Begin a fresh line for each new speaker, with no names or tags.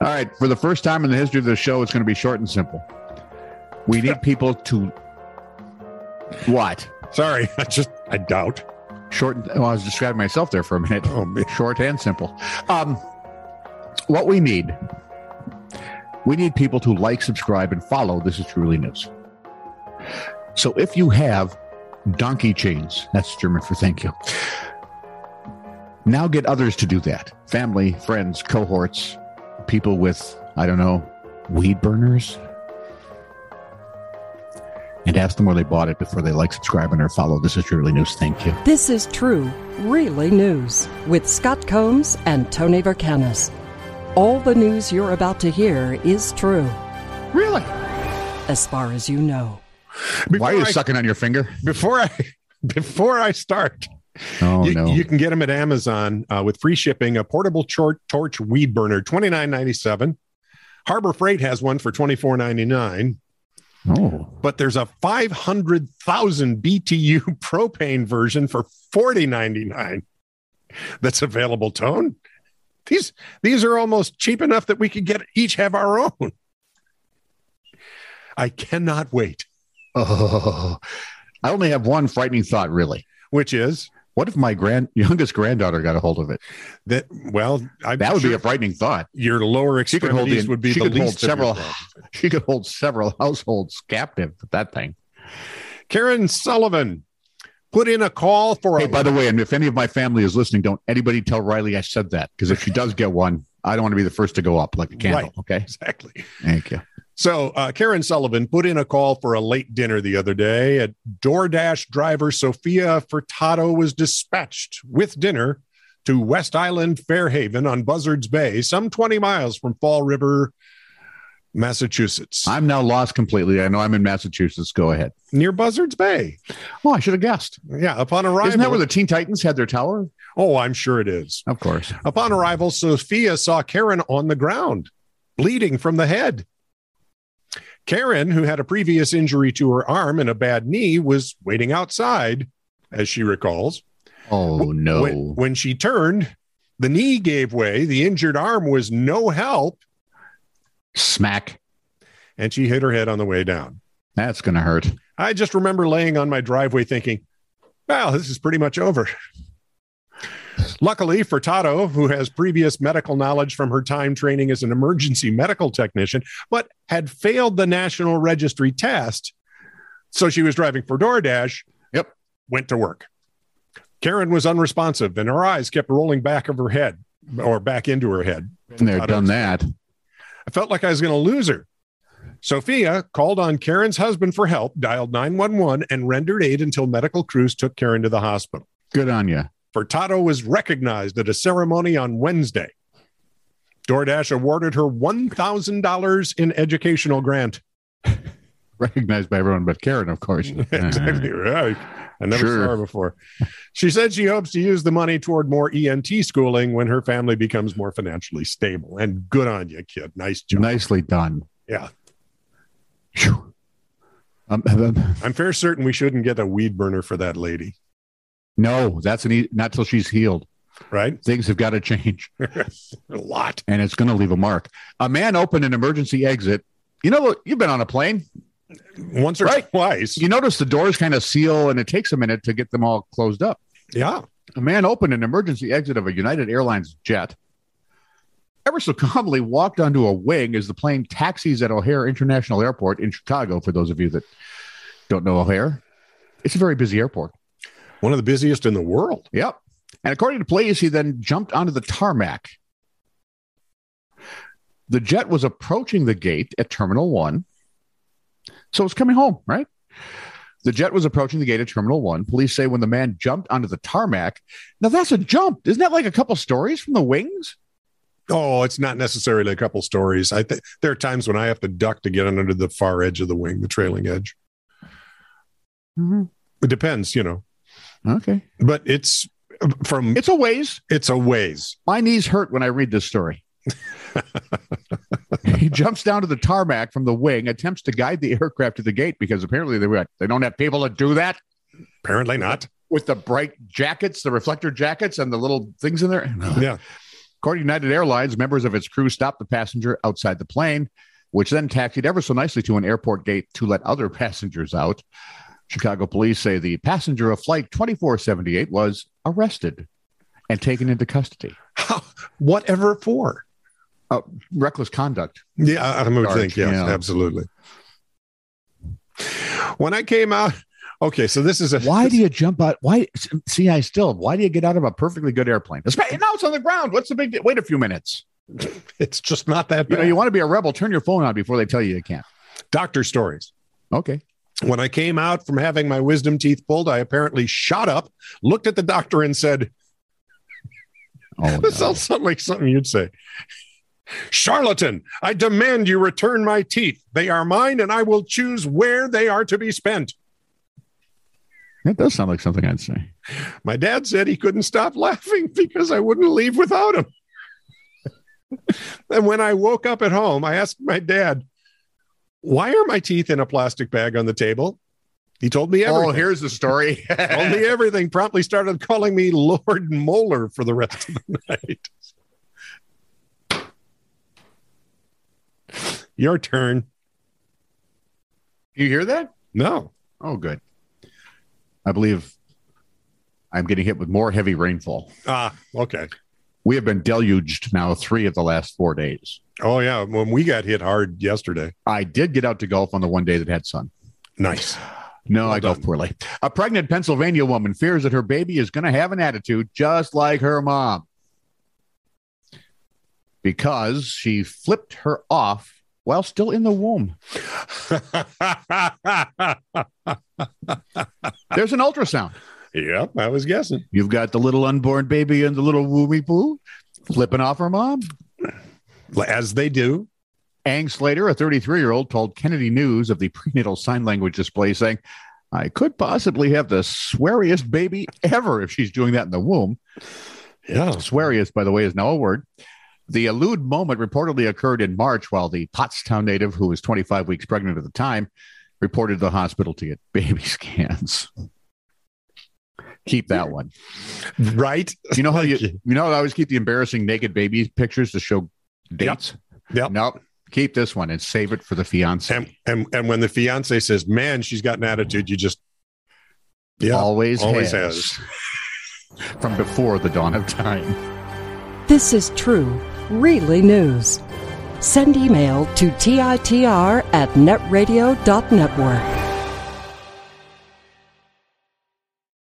All right. For the first time in the history of the show, it's going to be short and simple. We need people to. What?
Sorry, I just I doubt.
Short. and- Well, I was describing myself there for a minute.
Oh, man.
Short and simple. Um, what we need, we need people to like, subscribe, and follow. This is truly news. So if you have donkey chains, that's German for thank you. Now get others to do that. Family, friends, cohorts, people with, I don't know, weed burners. And ask them where they bought it before they like, subscribe, and or follow. This is truly news. Thank you.
This is true, really news with Scott Combs and Tony Vercanis. All the news you're about to hear is true,
Really?
as far as you know.
Before
Why are you
I,
sucking on your finger?
before I before I start,
Oh
you,
no!
you can get them at Amazon uh, with free shipping. A portable tor- torch weed burner, twenty nine ninety seven. Harbor Freight has one for twenty four ninety nine,
oh,
but there's a five hundred thousand BTU propane version for forty ninety nine. That's available. Tone these these are almost cheap enough that we could get each have our own. I cannot wait.
oh! I only have one frightening thought, really.
Which is
What if my grand youngest granddaughter got a hold of it?
that? Well, I'm
That would
sure-
be a frightening thought.
your lower
She could hold
extremities
the-
would be
she
the
could
least
hold
of your
several-
problems.
She could hold several households captive with that thing.
Karen Sullivan put in a call for
Hey,
a
by the way, and if any of my family is listening, don't anybody tell Riley I said that because if she does get one, I don't want to be the first to go up like a candle. Okay,
exactly.
thank you.
So uh, Karen Sullivan put in a call for a late dinner the other day. A DoorDash driver Sophia Furtado was dispatched with dinner to West Island Fairhaven on Buzzards Bay, some 20 miles from Fall River, Massachusetts.
I'm now lost completely. I know I'm in Massachusetts. Go ahead.
Near Buzzards Bay.
Oh, I should have guessed.
Yeah, upon arrival.
Isn't that where the Teen Titans had their tower?
oh, I'm sure it is.
Of course.
Upon arrival, Sophia saw Karen on the ground, bleeding from the head. Karen, who had a previous injury to her arm and a bad knee, was waiting outside, as she recalls.
Oh no!
When, when she turned, the knee gave way, the injured arm was no help,
Smack.
and she hit her head on the way down.
That's gonna hurt.
I just remember laying on my driveway thinking, well, this is pretty much over. Luckily, Furtado, who has previous medical knowledge from her time training as an emergency medical technician, but had failed the National Registry test, so she was driving for DoorDash.
Yep.
Went to work. Karen was unresponsive and her eyes kept rolling back of her head or back into her head.
Been there,
Furtado
done that.
I felt like I was going to lose her. Sophia called on Karen's husband for help, dialed 911, and rendered aid until medical crews took Karen to the hospital.
Good on you.
Furtado was recognized at a ceremony on Wednesday. DoorDash awarded her $1,000 in educational grant.
Recognized by everyone but Karen, of course.
exactly right. I never
Mm-hmm. Sure.
saw her before. She said she hopes to use the money toward more ENT schooling when her family becomes more financially stable. And good on you, kid. Nice job.
Uh, Nicely done.
Yeah.
Phew. Um, um,
I'm fair certain we shouldn't get a weed burner for that lady,
no, that's an e- not till she's healed.
right?
Things have got to change,
a lot.
and it's going to leave a mark. A man opened an emergency exit. You know, look, you've been on a plane.
Once or
Right.
twice.
You notice the doors kind of seal, and it takes a minute to get them all closed up.
Yeah.
A man opened an emergency exit of a United Airlines jet, ever so calmly walked onto a wing as the plane taxis at O'Hare International Airport in Chicago. For those of you that don't know O'Hare, it's a very busy airport.
One of the busiest in the world.
Yep. And according to police, he then jumped onto the tarmac. The jet was approaching the gate at Terminal One. So it's coming home, right? The jet was approaching the gate at Terminal One. Police say when the man jumped onto the tarmac, now that's a jump. Isn't that like a couple stories from the wings?
Oh, it's not necessarily a couple stories. I think there are times when I have to duck to get under the far edge of the wing, the trailing edge. It depends, you know.
Okay.
But it's from
It's a ways.
it's a ways.
My knees hurt when I read this story. he jumps down to the tarmac from the wing, attempts to guide the aircraft to the gate because apparently they were like, they don't have people to do that.
Apparently not.
with the bright jackets, the reflector jackets, and the little things in there. No.
Yeah.
Of According to United Airlines, members of its crew stopped the passenger outside the plane, which then taxied ever so nicely to an airport gate to let other passengers out. Chicago police say the passenger of Flight 2478 was arrested and taken into custody.
How, whatever for?
Uh, reckless conduct.
Yeah, I- I would
Charge,
think yes,
yeah.
absolutely. When I came out, okay, so this is a
Why do you jump out? Why see? I still. Why do you get out of a perfectly good airplane? Especially now it's on the ground. What's the big? de- Wait a few minutes.
It's just not that
You
bad.
know, you want to be a rebel. Turn your phone on before they tell you you can't.
Doctor stories.
Okay.
When I came out from having my wisdom teeth pulled, I apparently shot up, looked at the doctor, and said,
Oh,
This
no.
sounds something like something you'd say. Charlatan, I demand you return my teeth. They are mine, and I will choose where they are to be spent.
that does sound like something I'd say.
My dad said he couldn't stop laughing because I wouldn't leave without him. and when I woke up at home, I asked my dad, Why are my teeth in a plastic bag on the table? He told me everything.
Oh, here's the story.
told me everything, promptly started calling me Lord Moeller for the rest of the night. Your turn.
you hear that?
No.
Oh, good. I believe I'm getting hit with more heavy rainfall.
Ah, okay.
We have been deluged now three of the last four days.
Oh, yeah. When we got hit hard yesterday.
I did get out to golf on the one day that had sun.
Nice.
No,
Well
I golf
done.
poorly. A pregnant Pennsylvania woman fears that her baby is going to have an attitude just like her mom because she flipped her off while still in the womb.
Ah.
There's an ultrasound.
yep. I was guessing.
You've got the little unborn baby and the little woomy poo flipping off her mom.
As they do.
Ang Slater, a 33 year old, told Kennedy News of the prenatal sign language display, saying, I could possibly have the sweariest baby ever if she's doing that in the womb.
Yeah.
Sweariest, by the way, is now a word. The elude moment reportedly occurred in March while the Pottstown native, who was 25 weeks pregnant at the time, reported to the hospital to get baby scans. Keep that one.
Right.
You know how you,
Thank
you know how I always keep the embarrassing naked baby pictures to show dates.
Yep.
Nope. Keep this one and save it for the fiance.
And, and, and when the fiance says, Man, she's got an attitude, you just. Yeah.
always,
always
has. From before the dawn of time.
This is true, really news. Send email to TITR at netradio.network.